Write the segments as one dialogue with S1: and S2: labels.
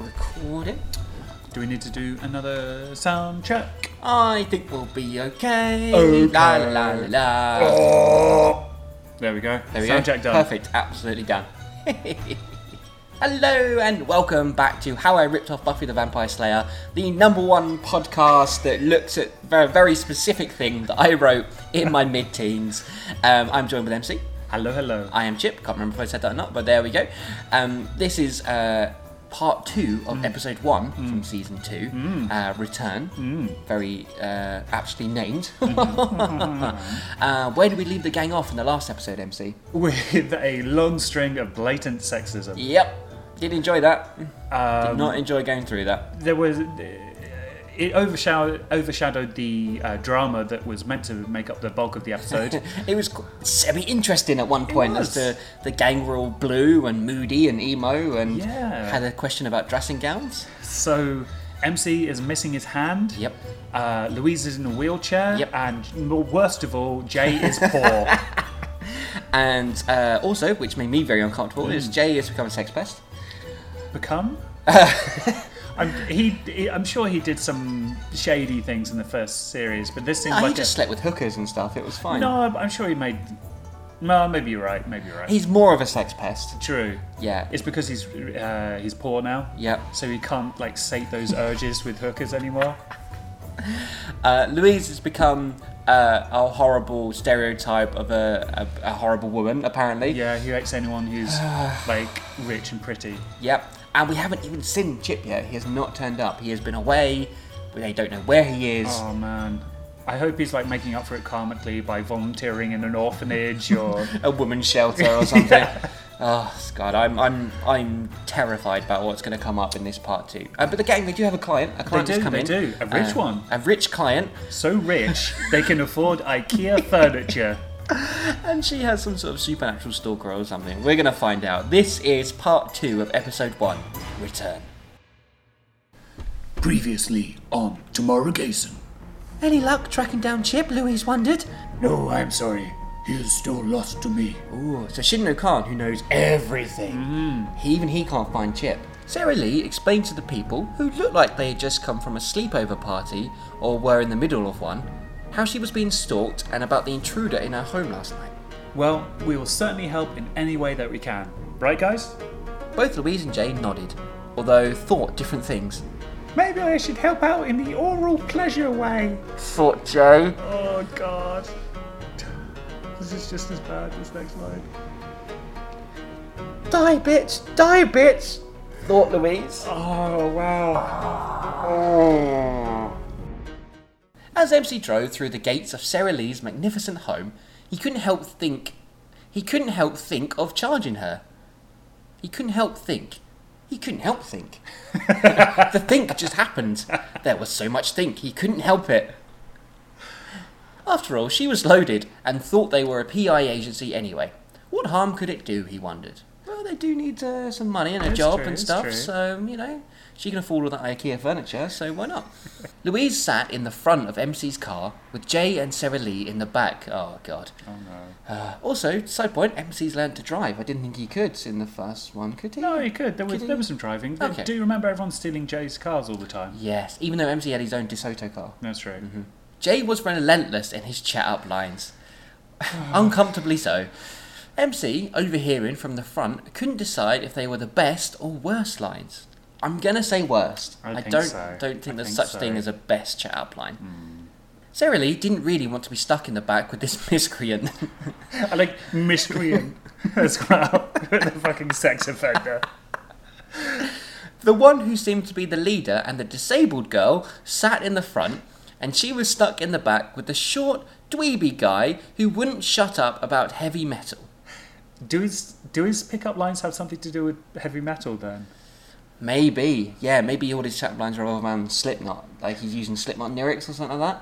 S1: recording.
S2: Do we need to do another sound check?
S1: I think we'll be okay.
S2: Okay.
S1: La la la la. la.
S2: There we go.
S1: Oh. There we
S2: sound
S1: go.
S2: check done.
S1: Perfect. Absolutely done. Hello and welcome back to How I Ripped Off Buffy the Vampire Slayer, the number one podcast that looks at a very, very specific thing that I wrote in my mid-teens. Um, I'm joined with MC.
S2: Hello, hello.
S1: I am Chip. Can't remember if I said that or not, but there we go. Um, this is uh, part two
S2: Mm.
S1: of episode one from season two. Uh, Return,
S2: Mm.
S1: very uh, aptly named.
S2: Mm-hmm.
S1: uh, where did we leave the gang off in the last episode, MC?
S2: With a long string of blatant sexism.
S1: Yep, did enjoy that. Did
S2: Um,
S1: not enjoy going through that.
S2: there was. uh, It overshadowed, overshadowed the uh, drama that was meant to make up the bulk of the episode.
S1: It was semi interesting at one point as
S2: was.
S1: the, the gang were all blue and moody and emo and
S2: Yeah.
S1: had a question about dressing gowns.
S2: so, MC is missing his hand.
S1: Yep.
S2: Uh, Louise is in a wheelchair.
S1: Yep.
S2: And worst of all, Jay is poor.
S1: And uh, also, which made me very uncomfortable,
S2: Mm.
S1: is Jay has become a sex pest.
S2: become? I'm, he, he, I'm sure he did some shady things in the first series, but this seems
S1: No, Oh, he
S2: like
S1: just
S2: a,
S1: slept with hookers and stuff. It was fine.
S2: no. I'm- I'm sure he made. No, maybe you're right. Maybe you're right.
S1: He's more of a sex pest.
S2: True.
S1: Yeah.
S2: It's because he's uh, he's poor now.
S1: Yep.
S2: So he can't like sate those urges with hookers anymore.
S1: Uh, Louise has become uh, a horrible stereotype of a, a, a horrible woman, apparently.
S2: Yeah, he hates anyone who's like rich and pretty.
S1: Yep. And we haven't even seen Chip yet. He has not turned up. He has been away. They don't know where he is.
S2: Oh man. I hope he's like making up for it karmically by volunteering in an orphanage or
S1: A woman's shelter or something. Oh God, I'm I'm I'm terrified about what's going to come up in this part two. Uh, but the gang, they do have a client. A client has
S2: do,
S1: come
S2: they
S1: in. Uh,
S2: do. A rich one.
S1: A rich client.
S2: so rich they can afford IKEA furniture.
S1: And she has some sort of supernatural stalker or something. We're gonna find out. This is part two of episode one. Return.
S3: Previously on Tomorrow Gason.
S1: Any luck tracking down Chip? Louise wondered.
S3: No, I'm sorry. He is still lost to me.
S1: Ooh, so Shinno Khan, who knows everything,
S3: Mm-hmm.
S1: he, even he can't find Chip. Sarah Lee explained to the people, who looked like they had just come from a sleepover party or were in the middle of one, how she was being stalked and about the intruder in her home last night.
S2: Well, we will certainly help in any way that we can. Right, guys?
S1: Both Louise and Jay nodded, although thought different things.
S2: Maybe I should help out in the oral pleasure way.
S1: Thought Jay.
S2: Oh, God. This is just as bad as next line.
S1: Die, bitch! Die, bitch! Thought Louise.
S2: Oh, wow.
S1: Oh. As MC drove through the gates of Sarah Lee's magnificent home, he couldn't help think he couldn't help think of charging her. He couldn't help think. He couldn't help think. the think just happened. There was so much think, he couldn't help it. After all, she was loaded and thought they were a PI agency anyway. What harm could it do, he wondered. Well, they do need uh, some money and a
S2: It's
S1: job
S2: true,
S1: and
S2: it's
S1: stuff,
S2: true.
S1: so, you know, she can afford all that IKEA furniture, so why not? Louise sat in the front of MC's car with Jay and Sarah Lee in the back. Oh, God.
S2: Oh, no.
S1: Uh, also, side point, MC's learned to drive. I didn't think he could in the first one, could he?
S2: No, you could. There was,
S1: Could
S2: there
S1: he-
S2: was some driving.
S1: Okay.
S2: Do you remember everyone stealing Jay's cars all the time?
S1: Yes, even though MC had his own DeSoto car.
S2: That's right.
S1: Jay was relentless in his chat up lines. Uncomfortably so. MC, overhearing from the front, couldn't decide if they were the best or worst lines. I'm gonna say worst.
S2: I think
S1: don't
S2: so.
S1: don't think
S2: I
S1: there's
S2: think
S1: such
S2: so.
S1: thing as a best chat up line. Sarah Lee didn't really want to be stuck in the back with this miscreant.
S2: I like miscreant as well. the fucking sex offender.
S1: The one who seemed to be the leader and the disabled girl sat in the front, and she was stuck in the back with the short, dweeby guy who wouldn't shut up about heavy metal.
S2: Do his, do his pickup lines have something to do with heavy metal then?
S1: Maybe, yeah, maybe all his chat lines are all around Slipknot, like he's using Slipknot lyrics or something like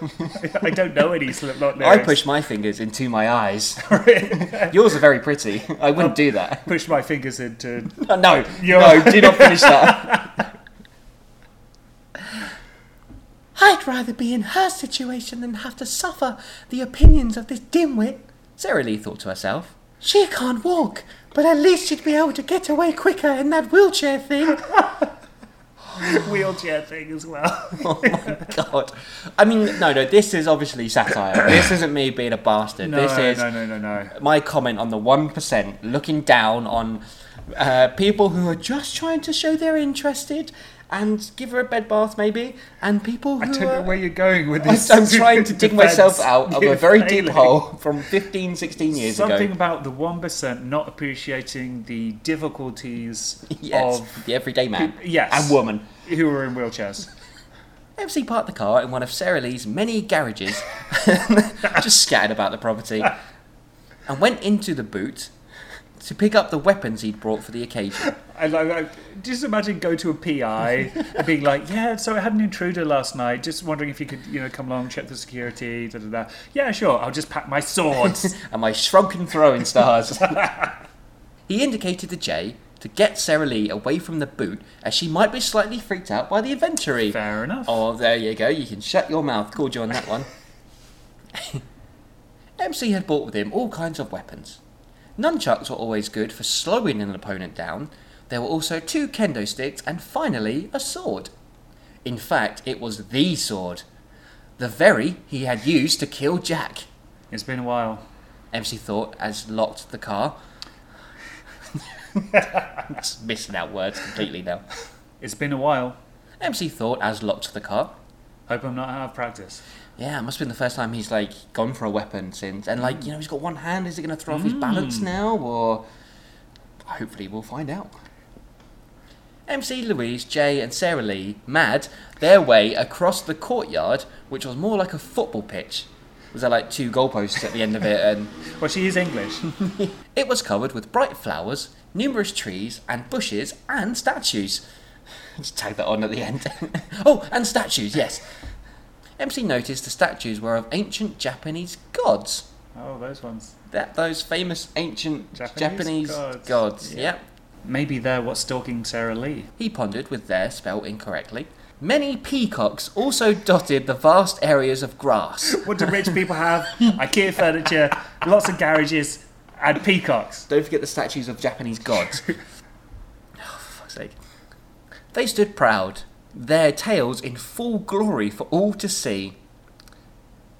S1: that.
S2: I don't know any Slipknot
S1: I
S2: lyrics.
S1: push my fingers into my eyes. Yours are very pretty. I wouldn't do that.
S2: push my fingers into
S1: No, no,
S2: Yeah.
S1: do not finish that. I'd rather be in her situation than have to suffer the opinions of this dimwit, Sarah Lee thought to herself. She can't walk, but at least she'd be able to get away quicker in that wheelchair thing.
S2: wheelchair thing as well.
S1: Oh my god! I mean, no, no. This is obviously satire. this isn't me being a bastard.
S2: No,
S1: this is
S2: no, no, no, no.
S1: my comment on the one percent looking down on uh, people who are just trying to show they're interested and give her a bed bath, maybe, and people who
S2: I don't
S1: are,
S2: know where you're going with
S1: I-
S2: this.
S1: I'm trying to dig
S2: defense.
S1: myself out of a very deep
S2: Failing.
S1: hole from 15, 16 years
S2: Something
S1: ago.
S2: about the one percent not appreciating the difficulties
S1: Yes,
S2: of
S1: the everyday man.
S2: yes
S1: And woman.
S2: who are in wheelchairs.
S1: MC parked the car in one of Sarah Lee's many garages, just scattered about the property, and went into the boot to pick up the weapons he'd brought for the occasion.
S2: I like, like just imagine go to a PI and being like, yeah, so I had an intruder last night. Just wondering if you could, you know, come along, check the security. Da, da, da. Yeah, sure. I'll just pack my swords.
S1: and my shrunken throwing stars. he indicated to Jay to get Sarah Lee away from the boot as she might be slightly freaked out by the inventory.
S2: Fair enough.
S1: Oh, there you go. You can shut your mouth. Called you on that one. MC had brought with him all kinds of weapons. Nunchucks were always good for slowing an opponent down. There were also two kendo sticks and finally a sword. In fact, it was the sword. The very he had used to kill Jack.
S2: It's been a while.
S1: MC thought as locked the car. Just missing out words completely now.
S2: It's been a while.
S1: MC thought as locked the car.
S2: Hope I'm not out of practice.
S1: Yeah, it must have been the first time he's like gone for a weapon since. And like, you know, he's got one hand. Is it going to throw off his balance now? Or hopefully we'll find out. MC Louise, Jay, and Sarah Lee mad their way across the courtyard, which was more like a football pitch. Was there like two goalposts at the end of it? And
S2: Well, she is English.
S1: It was covered with bright flowers, numerous trees and bushes and statues. Just tag that on at the end. oh, and statues, yes. MC noticed the statues were of ancient Japanese gods.
S2: oh, those ones.
S1: That those famous ancient Japanese,
S2: Japanese
S1: gods.
S2: gods.
S1: Yep.
S2: Maybe they're what's stalking Sarah Lee.
S1: He pondered with their spell incorrectly. Many peacocks also dotted the vast areas of grass.
S2: What do rich people have? IKEA furniture, lots of garages, and peacocks.
S1: Don't forget the statues of Japanese gods. oh, for fuck's sake. They stood proud, their tails in full glory for all to see.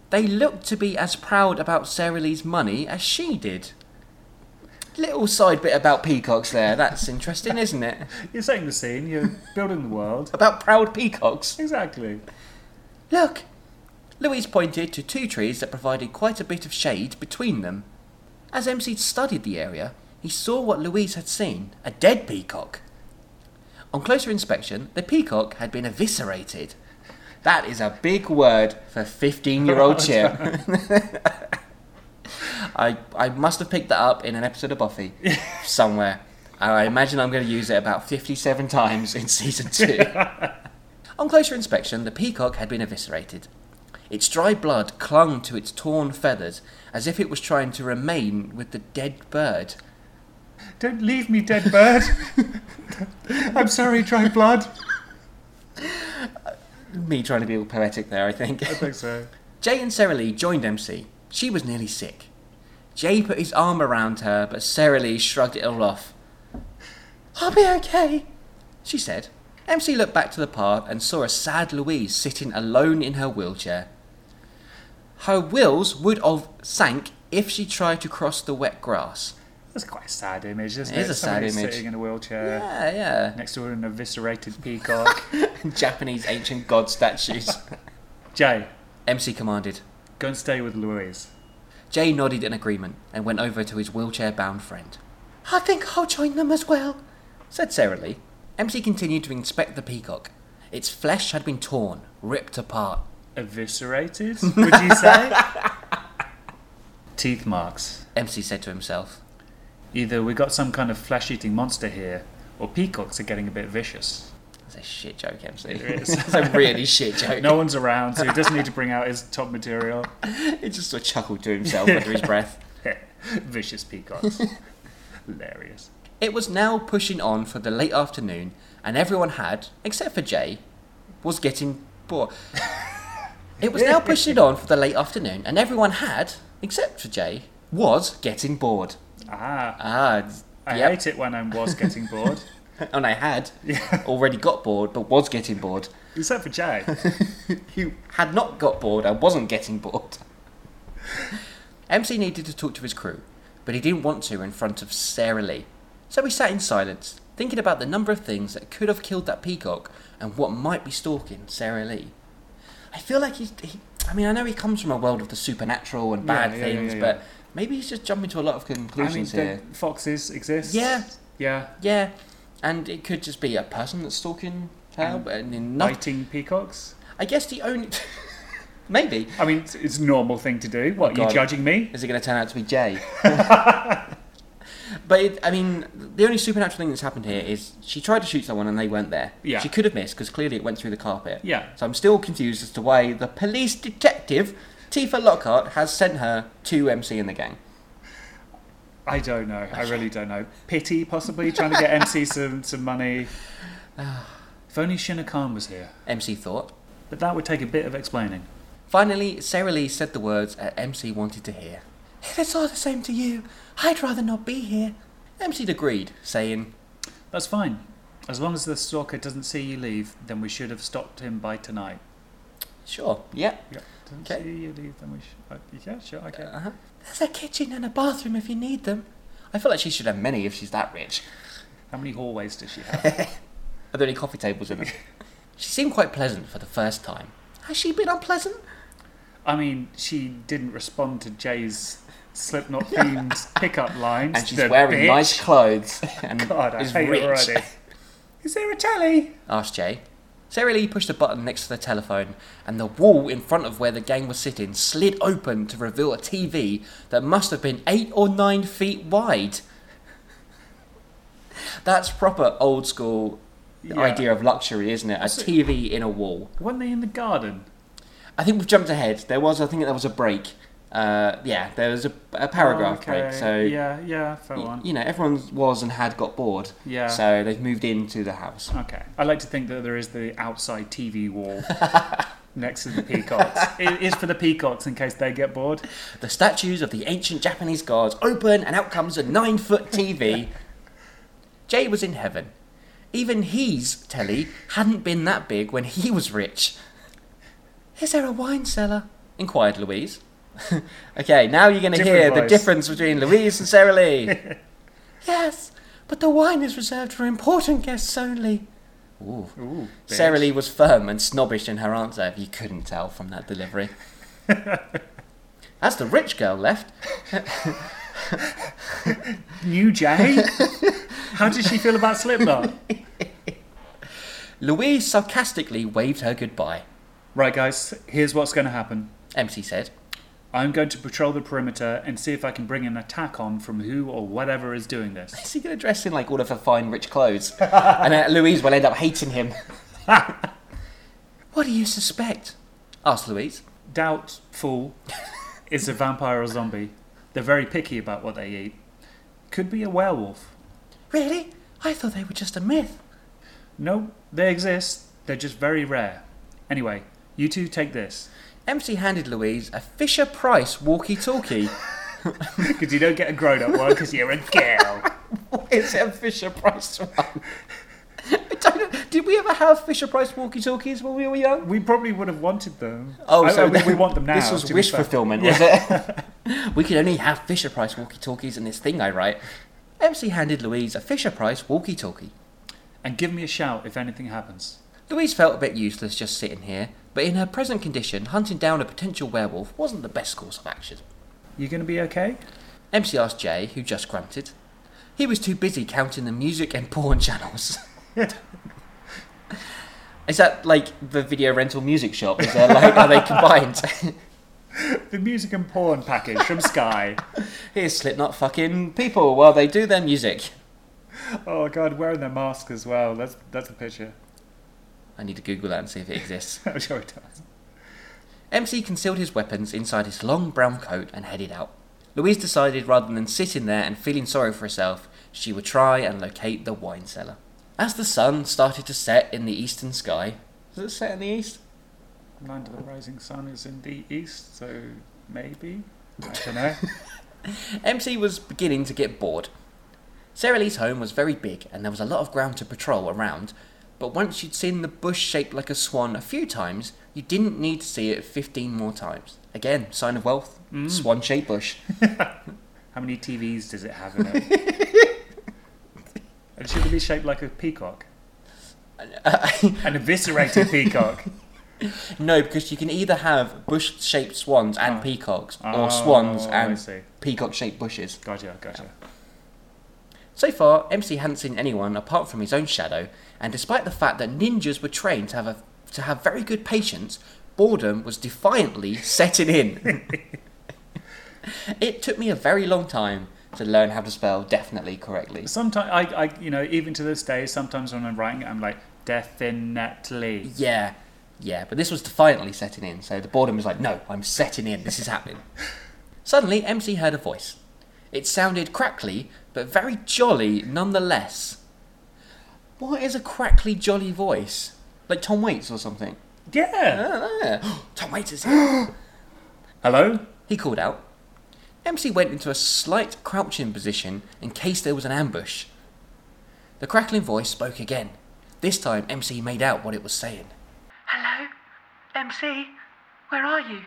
S1: They looked to be as proud about Sarah Lee's money as she did. Little side bit about peacocks there, that's interesting, isn't it?
S2: You're setting the scene. You're building the world.
S1: About proud peacocks.
S2: Exactly.
S1: Look! Louise pointed to two trees that provided quite a bit of shade between them. As MC studied the area, he saw what Louise had seen a dead peacock. On closer inspection, the peacock had been eviscerated. That is a big word for 15 year old Chip. I, I must have picked that up in an episode of Buffy somewhere. And I imagine I'm going to use it about 57 times in season 2. On closer inspection, the peacock had been eviscerated. Its dry blood clung to its torn feathers as if it was trying to remain with the dead bird.
S2: Don't leave me, dead bird. I'm sorry, dry blood.
S1: Me trying to be all poetic there, I think.
S2: I think so.
S1: Jay and Sarah Lee joined MC. She was nearly sick. Jay put his arm around her, but Sarah Lee shrugged it all off. I'll be okay, she said. MC looked back to the path and saw a sad Louise sitting alone in her wheelchair. Her wheels would have sank if she tried to cross the wet grass.
S2: That's quite a sad image, isn't
S1: It
S2: it?
S1: is a sad
S2: Somebody
S1: image.
S2: sitting in a wheelchair
S1: Yeah, yeah.
S2: next to an eviscerated peacock.
S1: Japanese ancient god statues.
S2: Jay,
S1: MC commanded.
S2: go and stay with Louise.
S1: Jay nodded in agreement and went over to his wheelchair bound friend. I think I'll join them as well, said Sarah Lee. MC continued to inspect the peacock. Its flesh had been torn, ripped apart.
S2: Eviscerated, would you say? Teeth marks.
S1: MC said to himself.
S2: Either we got some kind of flesh eating monster here, or peacocks are getting a bit vicious.
S1: That's a shit joke, MC.
S2: It is.
S1: That's a really shit joke.
S2: No one's around, so he doesn't need to bring out his top material.
S1: He just sort of chuckled to himself under his breath.
S2: Vicious peacocks. Hilarious.
S1: It was now pushing on for the late afternoon, and everyone had, except for Jay, was getting bored. it was now pushing on for the late afternoon, and everyone had, except for Jay, was getting bored.
S2: Ah,
S1: Ah,
S2: I
S1: yep.
S2: hate it when I was getting bored.
S1: and I had already got bored, but was getting bored.
S2: Except for Jay.
S1: who had not got bored and wasn't getting bored. MC needed to talk to his crew, but he didn't want to in front of Sarah Lee. So he sat in silence, thinking about the number of things that could have killed that peacock and what might be stalking Sarah Lee. I feel like he's. He, I mean, I know he comes from a world of the supernatural and
S2: Yeah,
S1: bad
S2: yeah, yeah,
S1: things,
S2: yeah.
S1: but maybe he's just jumping to a lot of
S2: I mean,
S1: conclusions here.
S2: don't foxes exist.
S1: Yeah.
S2: Yeah.
S1: Yeah, and it could just be a person that's stalking her.
S2: And
S1: And in not,
S2: Biting peacocks.
S1: I guess the only. maybe.
S2: I mean, it's, it's a normal thing to do. What, you
S1: God.
S2: judging me?
S1: Is it going to turn out to be Jay? but it, I mean, the only supernatural thing that's happened here is she tried to shoot someone and they weren't there.
S2: Yeah.
S1: She could have missed because clearly it went through the carpet.
S2: Yeah.
S1: So I'm still confused as to why the police detective Tifa Lockhart has sent her to MC and the gang.
S2: I don't know. I really don't know. Pity, possibly, trying to get MC some, some money. if only Shinna Khan was here.
S1: MC thought.
S2: But that would take a bit of explaining.
S1: Finally, Sarah Lee said the words that MC wanted to hear. If it's all the same to you, I'd rather not be here. MC agreed, saying,
S2: That's fine. As long as the stalker doesn't see you leave, then we should have stopped him by tonight.
S1: "Sure, yeah,
S2: Yeah. Doesn't
S1: Okay.
S2: see you leave, then we should. Uh, yeah, sure, okay.
S1: Uh-huh. There's a kitchen and a bathroom if you need them. I feel like she should have many if she's that rich.
S2: How many hallways does she have?
S1: Are there any coffee tables in them? she seemed quite pleasant for the first time. Has she been unpleasant?
S2: I mean, she didn't respond to Jay's Slipknot themed pickup lines.
S1: And she's
S2: the
S1: wearing
S2: bitch.
S1: nice clothes and
S2: God, I
S1: is
S2: hate
S1: rich.
S2: her already. Is there a telly?
S1: Asked Jay. Sarah Lee pushed a button next to the telephone, and the wall in front of where the gang was sitting slid open to reveal a TV that must have been eight or nine feet wide. That's proper old school
S2: Yeah.
S1: idea of luxury, isn't it? A
S2: it-
S1: TV in a wall.
S2: Weren't they in the garden?
S1: I think we've jumped ahead. There was, I think, there was a break. Uh, yeah, there was a, a paragraph
S2: Oh,
S1: break. So
S2: yeah, yeah, fair
S1: y-
S2: one.
S1: you know, everyone was and had got bored.
S2: Yeah.
S1: So they've moved into the house.
S2: Okay, I like to think that there is the outside TV wall next to the peacocks. It is for the peacocks in case they get bored.
S1: The statues of the ancient Japanese gods open, and out comes a nine-foot TV. Jay was in heaven. Even his telly hadn't been that big when he was rich. Is there a wine cellar? inquired Louise. okay, now you're going to
S2: Different
S1: hear the
S2: voice.
S1: difference between Louise and Sarah Lee. yes, but the wine is reserved for important guests only. Ooh.
S2: Ooh, bitch.
S1: Sarah Lee was firm and snobbish in her answer, if you couldn't tell from that delivery. As the rich girl left,
S2: New Jay? How did she feel about Slipknot?
S1: Louise sarcastically waved her goodbye.
S2: Right, guys, here's what's going to happen.
S1: MC said,
S2: I'm going to patrol the perimeter and see if I can bring an attack on from who or whatever is doing this.
S1: Is he going to dress in like all of her fine rich clothes? and uh, Louise will end up hating him. what do you suspect? asked Louise.
S2: Doubtful is a vampire or zombie. They're very picky about what they eat. Could be a werewolf.
S1: Really? I thought they were just a myth.
S2: No, they exist. They're just very rare. Anyway, you two take this
S1: MC handed Louise a Fisher Price walkie talkie.
S2: because you don't get a grown-up one because you're a girl.
S1: It's a Fisher Price one. I don't know. Did we ever have Fisher Price walkie talkies when we were young?
S2: We probably would have wanted them.
S1: Oh,
S2: I-
S1: so
S2: I mean, we want them now.
S1: This was
S2: to be
S1: wish
S2: fair.
S1: fulfillment, was it? we could only have Fisher Price walkie talkies in this thing I write. MC handed Louise a Fisher Price walkie talkie.
S2: And give me a shout if anything happens.
S1: Louise felt a bit useless just sitting here, but in her present condition, hunting down a potential werewolf wasn't the best course of action.
S2: You gonna be okay?
S1: MC asked Jay, who just grunted. He was too busy counting the music and porn channels. Is that like the video rental music shop? Is there like are they combined?
S2: The music and porn package from Sky.
S1: Here's Slipknot fucking people while they do their music.
S2: Oh God, wearing their mask as well. That's that's a picture.
S1: I need to Google that and see if it exists.
S2: I'm sure it does.
S1: MC concealed his weapons inside his long brown coat and headed out. Louise decided rather than sitting there and feeling sorry for herself, she would try and locate the wine cellar. As the sun started to set in the eastern sky, does it set in the east?
S2: Land of the Rising Sun is in the east, so maybe. I don't know.
S1: MC was beginning to get bored. Sara Lee's home was very big and there was a lot of ground to patrol around, but once you'd seen the bush shaped like a swan a few times, you didn't need to see it 15 more times. Again, sign of wealth,
S2: Mm.
S1: swan shaped bush.
S2: How many TVs does it have in it? and should it be shaped like a peacock? An eviscerated peacock.
S1: no, because you can either have bush shaped swans and
S2: Ah.
S1: peacocks,
S2: Oh,
S1: or swans
S2: I
S1: and
S2: see.
S1: peacock shaped bushes.
S2: Gotcha, gotcha.
S1: So far, MC hadn't seen anyone apart from his own shadow, and despite the fact that ninjas were trained to have a, to have very good patience, boredom was defiantly setting in. it took me a very long time to learn how to spell definitely correctly.
S2: Sometimes I, I, you know, even to this day, sometimes when I'm writing, it, I'm like definitely.
S1: Yeah, yeah, but this was defiantly setting in, so the boredom was like, no, I'm setting in, this is happening. Suddenly, MC heard a voice. It sounded crackly, but very jolly nonetheless. What is a crackly, jolly voice? Like Tom Waits or something?
S2: Yeah.
S1: Ah, Tom Waits is here!
S2: Hello.
S1: he called out. MC went into a slight crouching position in case there was an ambush. The crackling voice spoke again. This time, MC made out what it was saying.
S4: Hello? MC? Where are you?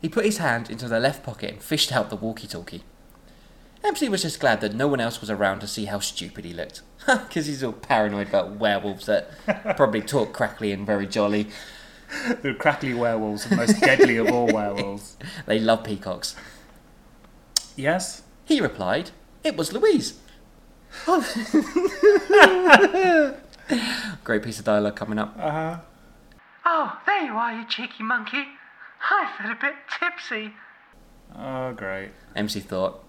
S1: He put his hand into the left pocket and fished out the walkie talkie. MC was just glad that no one else was around to see how stupid he looked. Because he's all paranoid about werewolves that probably talk crackly and very jolly.
S2: The crackly werewolves, the most deadly of all werewolves.
S1: They love peacocks.
S2: Yes.
S1: He replied, It was Louise. Great piece of dialogue coming up.
S2: Uh huh.
S4: Oh, there you are, you cheeky monkey. I feel a bit tipsy.
S2: Oh, great.
S1: MC thought,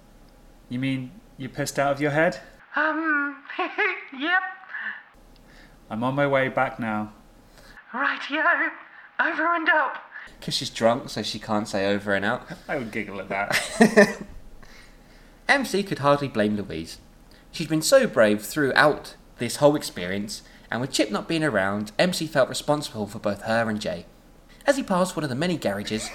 S2: You mean you pissed out of your head?
S4: Um, yep.
S2: I'm on my way back now.
S4: Rightio. Over and up.
S1: because she's drunk, so she can't say over and out.
S2: I would giggle at that.
S1: MC could hardly blame Louise. She'd been so brave throughout this whole experience, and with Chip not being around, MC felt responsible for both her and Jay. As he passed one of the many garages,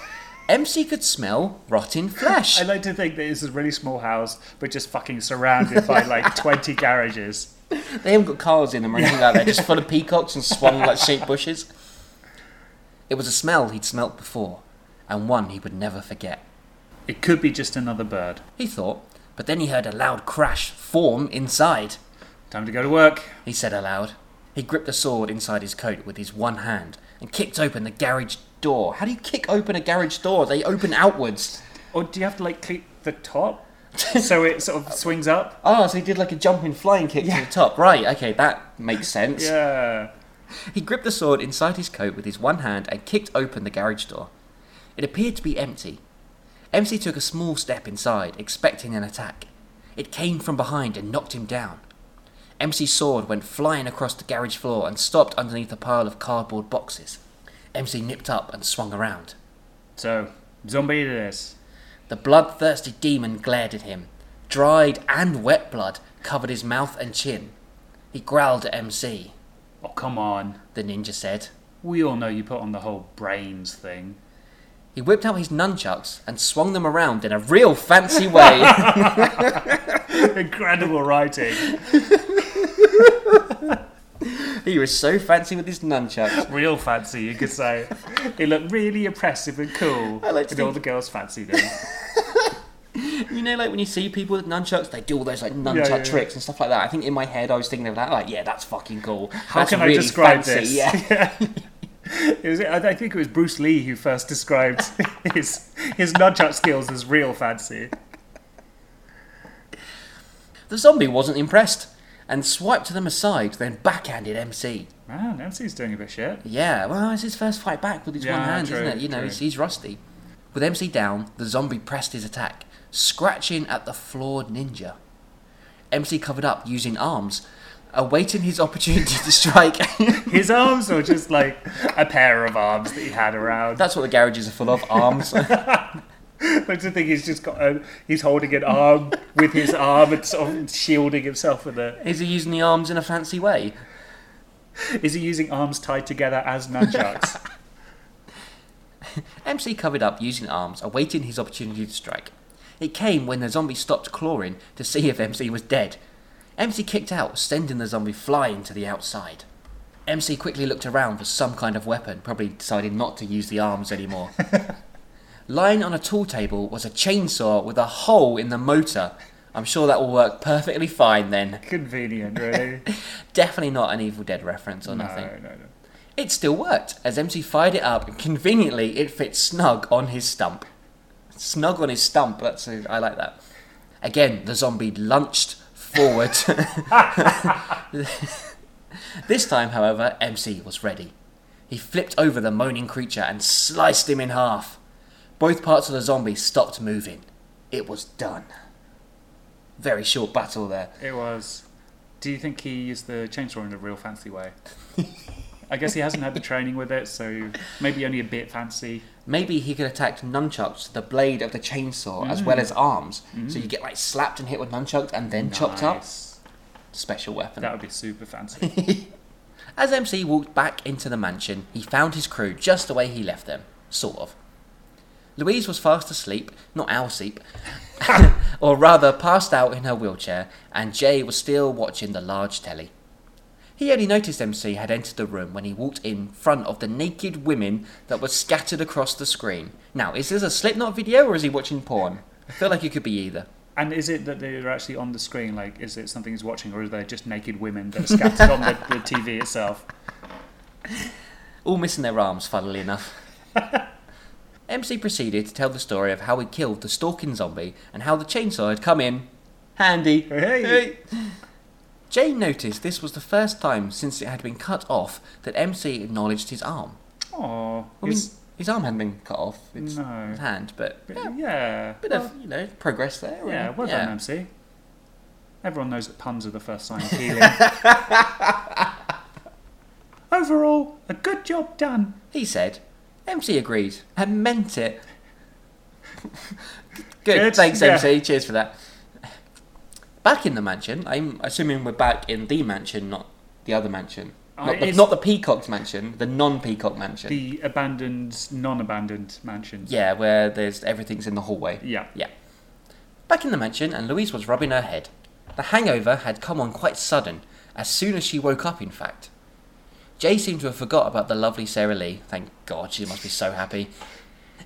S1: MC could smell rotten flesh.
S2: I like to think that it's a really small house, but just fucking surrounded by like 20 garages.
S1: They haven't got cars in them or anything like that, just full of peacocks and swan like shaped bushes. It was a smell he'd smelt before, and one he would never forget.
S2: It could be just another bird.
S1: He thought, but then he heard a loud crash form inside.
S2: Time to go to work.
S1: he said aloud. He gripped the sword inside his coat with his one hand and kicked open the garage door. How do you kick open a garage door? They open outwards.
S2: Or do you have to like clip the top so it sort of swings up?
S1: Oh, so he did like a jumping flying kick to the top. Right, okay, that makes sense.
S2: Yeah.
S1: He gripped the sword inside his coat with his one hand and kicked open the garage door. It appeared to be empty. MC took a small step inside, expecting an attack. It came from behind and knocked him down. MC's sword went flying across the garage floor and stopped underneath a pile of cardboard boxes. MC nipped up and swung around.
S2: So, zombie it is.
S1: The bloodthirsty demon glared at him. Dried and wet blood covered his mouth and chin. He growled at MC,
S2: Oh, come on.
S1: the ninja said.
S2: We all know you put on the whole brains thing.
S1: He whipped out his nunchucks and swung them around in a real fancy way.
S2: Incredible writing.
S1: he was so fancy with his nunchucks.
S2: Real fancy, you could say. It looked really impressive and cool.
S1: I like to
S2: and all
S1: think-
S2: the girls fancied him.
S1: You know, like when you see people with nunchucks, they do all those like nunchuck
S2: yeah, yeah.
S1: tricks and stuff like that. I think in my head, I was thinking of that, like, yeah, that's fucking cool.
S2: How
S1: that's
S2: can
S1: really
S2: I describe
S1: fancy.
S2: this?
S1: Yeah.
S2: it was, I I think it was Bruce Lee who first described his his nunchuck skills as real fancy.
S1: The zombie wasn't impressed and swiped them aside, then backhanded MC.
S2: Man, Nancy's doing a bit shit.
S1: Yeah, well, it's his first fight back with his one
S2: Yeah,
S1: hand,
S2: true,
S1: isn't it? You know,
S2: true.
S1: he's, he's rusty. With MC down, the zombie pressed his attack, scratching at the flawed ninja. MC covered up using arms, awaiting his opportunity to strike.
S2: His arms were just like a pair of arms that he had around.
S1: That's what the garages are full of arms.
S2: Like to think he's just got a, he's holding an arm with his arm and sort of shielding himself with it.
S1: Is he using the arms in a fancy way?
S2: Is he using arms tied together as nunchucks?
S1: MC covered up using arms, awaiting his opportunity to strike. It came when the zombie stopped clawing to see if MC was dead, MC kicked out, sending the zombie flying to the outside. MC quickly looked around for some kind of weapon, probably deciding not to use the arms anymore. Lying on a tool table was a chainsaw with a hole in the motor. I'm sure that will work perfectly fine then.
S2: Convenient, really.
S1: Definitely not an Evil Dead reference or
S2: no,
S1: nothing.
S2: no, no.
S1: It still worked, as MC fired it up, and conveniently it fits snug on his stump. Snug on his stump, that's a, I like that. Again, the zombie lunched forward. this time, however, MC was ready. He flipped over the moaning creature and sliced him in half. Both parts of the zombie stopped moving. It was done. Very short battle there.
S2: It was. Do you think he used the chainsaw in a real fancy way? I guess he hasn't had the training with it, so maybe only a bit fancy.
S1: Maybe he could attack nunchucks to the blade of the chainsaw as
S2: Mm.
S1: well as arms. So you get like slapped and hit with nunchucks and then chopped up.
S2: Nice.
S1: Special weapon.
S2: That would be super fancy.
S1: As MC walked back into the mansion, he found his crew just the way he left them. Sort of. Louise was fast asleep, not our sleep, or rather passed out in her wheelchair, and Jay was still watching the large telly. He only noticed MC had entered the room when he walked in front of the naked women that were scattered across the screen. Now, is this a Slipknot video or is he watching porn? I feel like it could be either.
S2: and is it that they're actually on the screen? Like, is it something he's watching, or are they just naked women that are scattered on the, the TV itself?
S1: all missing their arms, funnily enough. MC proceeded to tell the story of how he killed the stalking zombie and how the chainsaw had come in handy.
S2: Hey.
S1: Jay noticed this was the first time since it had been cut off that MC acknowledged his arm.
S2: Oh,
S1: I mean, his arm hadn't been cut off; it's
S2: No.
S1: his hand. But yeah,
S2: yeah,
S1: bit
S2: well,
S1: of you know progress there. and-
S2: yeah. Well
S1: yeah.
S2: done, MC. Everyone knows that puns are the first sign of healing. Overall, a good job done.
S1: He said. MC agreed and meant it. Good.
S2: Good,
S1: Thanks,
S2: yeah.
S1: MC. Cheers for that. Back in the mansion, I'm assuming we're back in the mansion, not the other mansion.
S2: Uh,
S1: Not the,
S2: it's-
S1: not the peacock's mansion, the non peacock mansion.
S2: The abandoned, non-abandoned mansion.
S1: Yeah, where there's everything's in the hallway.
S2: Yeah.
S1: Yeah. Back in the mansion, and Louise was rubbing her head. The hangover had come on quite sudden, as soon as she woke up, in fact. Jay seemed to have forgot about the lovely Sarah Lee. Thank God, she must be so happy.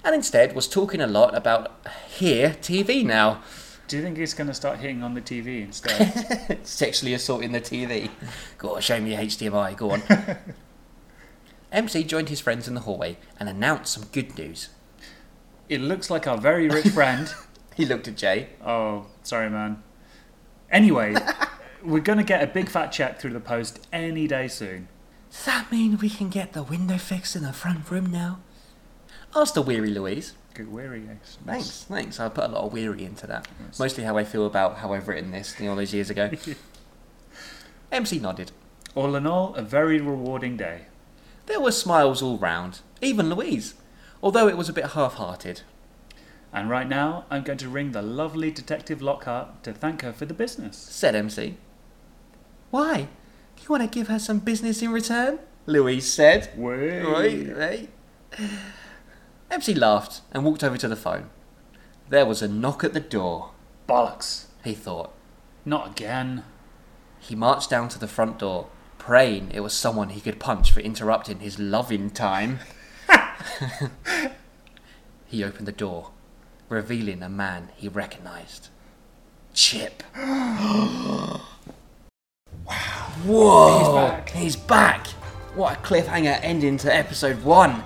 S1: And instead was talking a lot about here TV now,
S2: Do you think he's going to start hitting on the TV instead?
S1: sexually assaulting the TV. Go on, show me your HDMI, go on. MC joined his friends in the hallway and announced some good news.
S2: it looks like our very rich friend.
S1: He looked at Jay.
S2: Oh, sorry, man. Anyway, we're going to get a big fat check through the post any day soon.
S1: Does that mean we can get the window fixed in the front room now? Asked the weary Louise.
S2: Good weary, yes.
S1: Thanks, thanks. I put a lot of weary into that. Mostly how I feel about how I've written this you know, all those years ago. MC nodded.
S2: All in all, a very rewarding day.
S1: There were smiles all round, even Louise, although it was a bit half hearted.
S2: And right now, I'm going to ring the lovely Detective Lockhart to thank her for the business.
S1: Said MC. Why? You want to give her some business in return? Louise said.
S2: Way.
S1: Right, right. MC laughed and walked over to the phone. There was a knock at the door,
S2: Bollocks.
S1: he thought.
S2: Not again.
S1: He marched down to the front door, praying it was someone he could punch for interrupting his loving time. he opened the door, revealing a man he recognized. Chip. wow. Whoa. He's back. What a cliffhanger ending to episode one.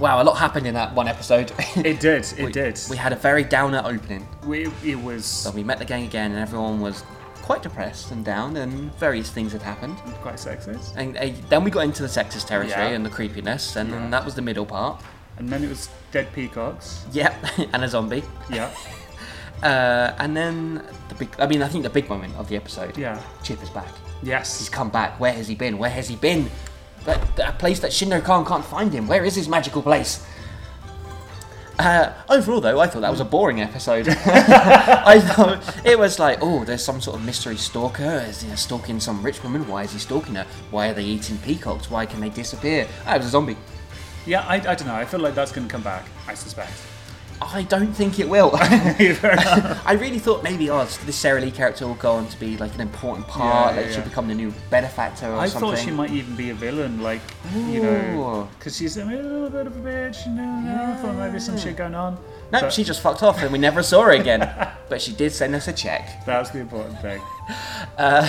S1: Wow, a lot happened in that one episode.
S2: It did, it
S1: we,
S2: did.
S1: We Oh. had a very downer opening.
S2: We, it was
S1: So we met the gang again, and everyone was quite depressed and down, and various things had happened.
S2: quite sexist.
S1: And uh, then we got into the sexist territory
S2: Yeah.
S1: and the creepiness, and then that was the middle part.
S2: And then it was Dead Peacocks.
S1: Yep, and a zombie.
S2: Yeah.
S1: Uh, and then the big, I mean, I think the big moment of the episode.
S2: Yeah.
S1: Chip is back. He's
S2: Yes.
S1: come back. Where has he been? Where has he been? That, that place that Shindo Khan can't find him. Where is his magical place? Uh, overall, though, I thought that was a boring episode. I thought it was like, oh, there's some sort of mystery stalker. Is he stalking some rich woman? Why is he stalking her? Why are they eating peacocks? Why can they disappear? Ah, it was a zombie.
S2: Yeah, I, I don't know. I feel like that's going to come back, I suspect.
S1: I don't think it will.
S2: Fair enough.
S1: I really thought maybe, oh, this Sarah Lee character will go on to be like an important part,
S2: Yeah,
S1: like
S2: yeah.
S1: she'll become the new benefactor or
S2: I
S1: something.
S2: thought she might even be a villain, like you know,
S1: Ooh.
S2: because she's a little bit of a bitch. You know, I thought maybe some shit going on.
S1: No,
S2: But
S1: she just fucked off and we never saw her again. but she did send us a check.
S2: That's the important thing.
S1: Uh,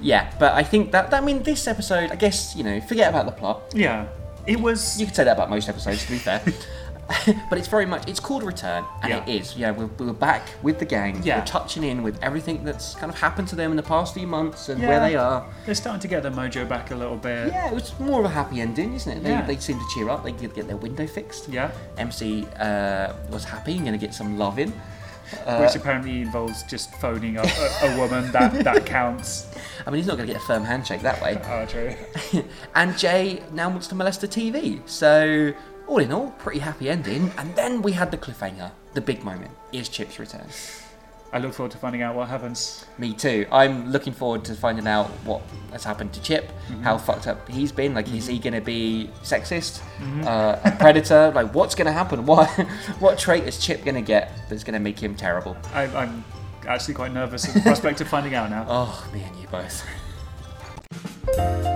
S1: yeah, but I think that, I mean, this episode, I guess, you know, forget about the plot.
S2: Yeah, it was.
S1: You could say that about most episodes, to be fair. but it's very much, it's called Return, and it
S2: Yeah.
S1: is. Yeah, we're, we're back with the gang.
S2: Yeah.
S1: We're touching in with everything that's kind of happened to them in the past few months and where
S2: Yeah.
S1: they are.
S2: They're starting to get their mojo back a little bit.
S1: Yeah, it was more of a happy ending, isn't it? They,
S2: Yeah.
S1: they seemed to cheer up, they did get their window fixed.
S2: Yeah.
S1: MC uh, was happy, going to get some love in. Uh,
S2: Which apparently involves just phoning up a, a woman. That that counts.
S1: I mean, he's not going to get a firm handshake that way.
S2: Oh, true.
S1: and Jay now wants to molest the TV. So, all in all, pretty happy ending. And then we had the cliffhanger, the big moment is Chip's return.
S2: I look forward to finding out what happens.
S1: Me too. I'm looking forward to finding out what has happened to Chip, how fucked up he's been. Like, is he going to be sexist, uh, a predator? like, what's going to happen? What what trait is Chip going to get that's going to make him terrible?
S2: I, I'm actually quite nervous at the prospect of finding out now.
S1: Oh, me and you both.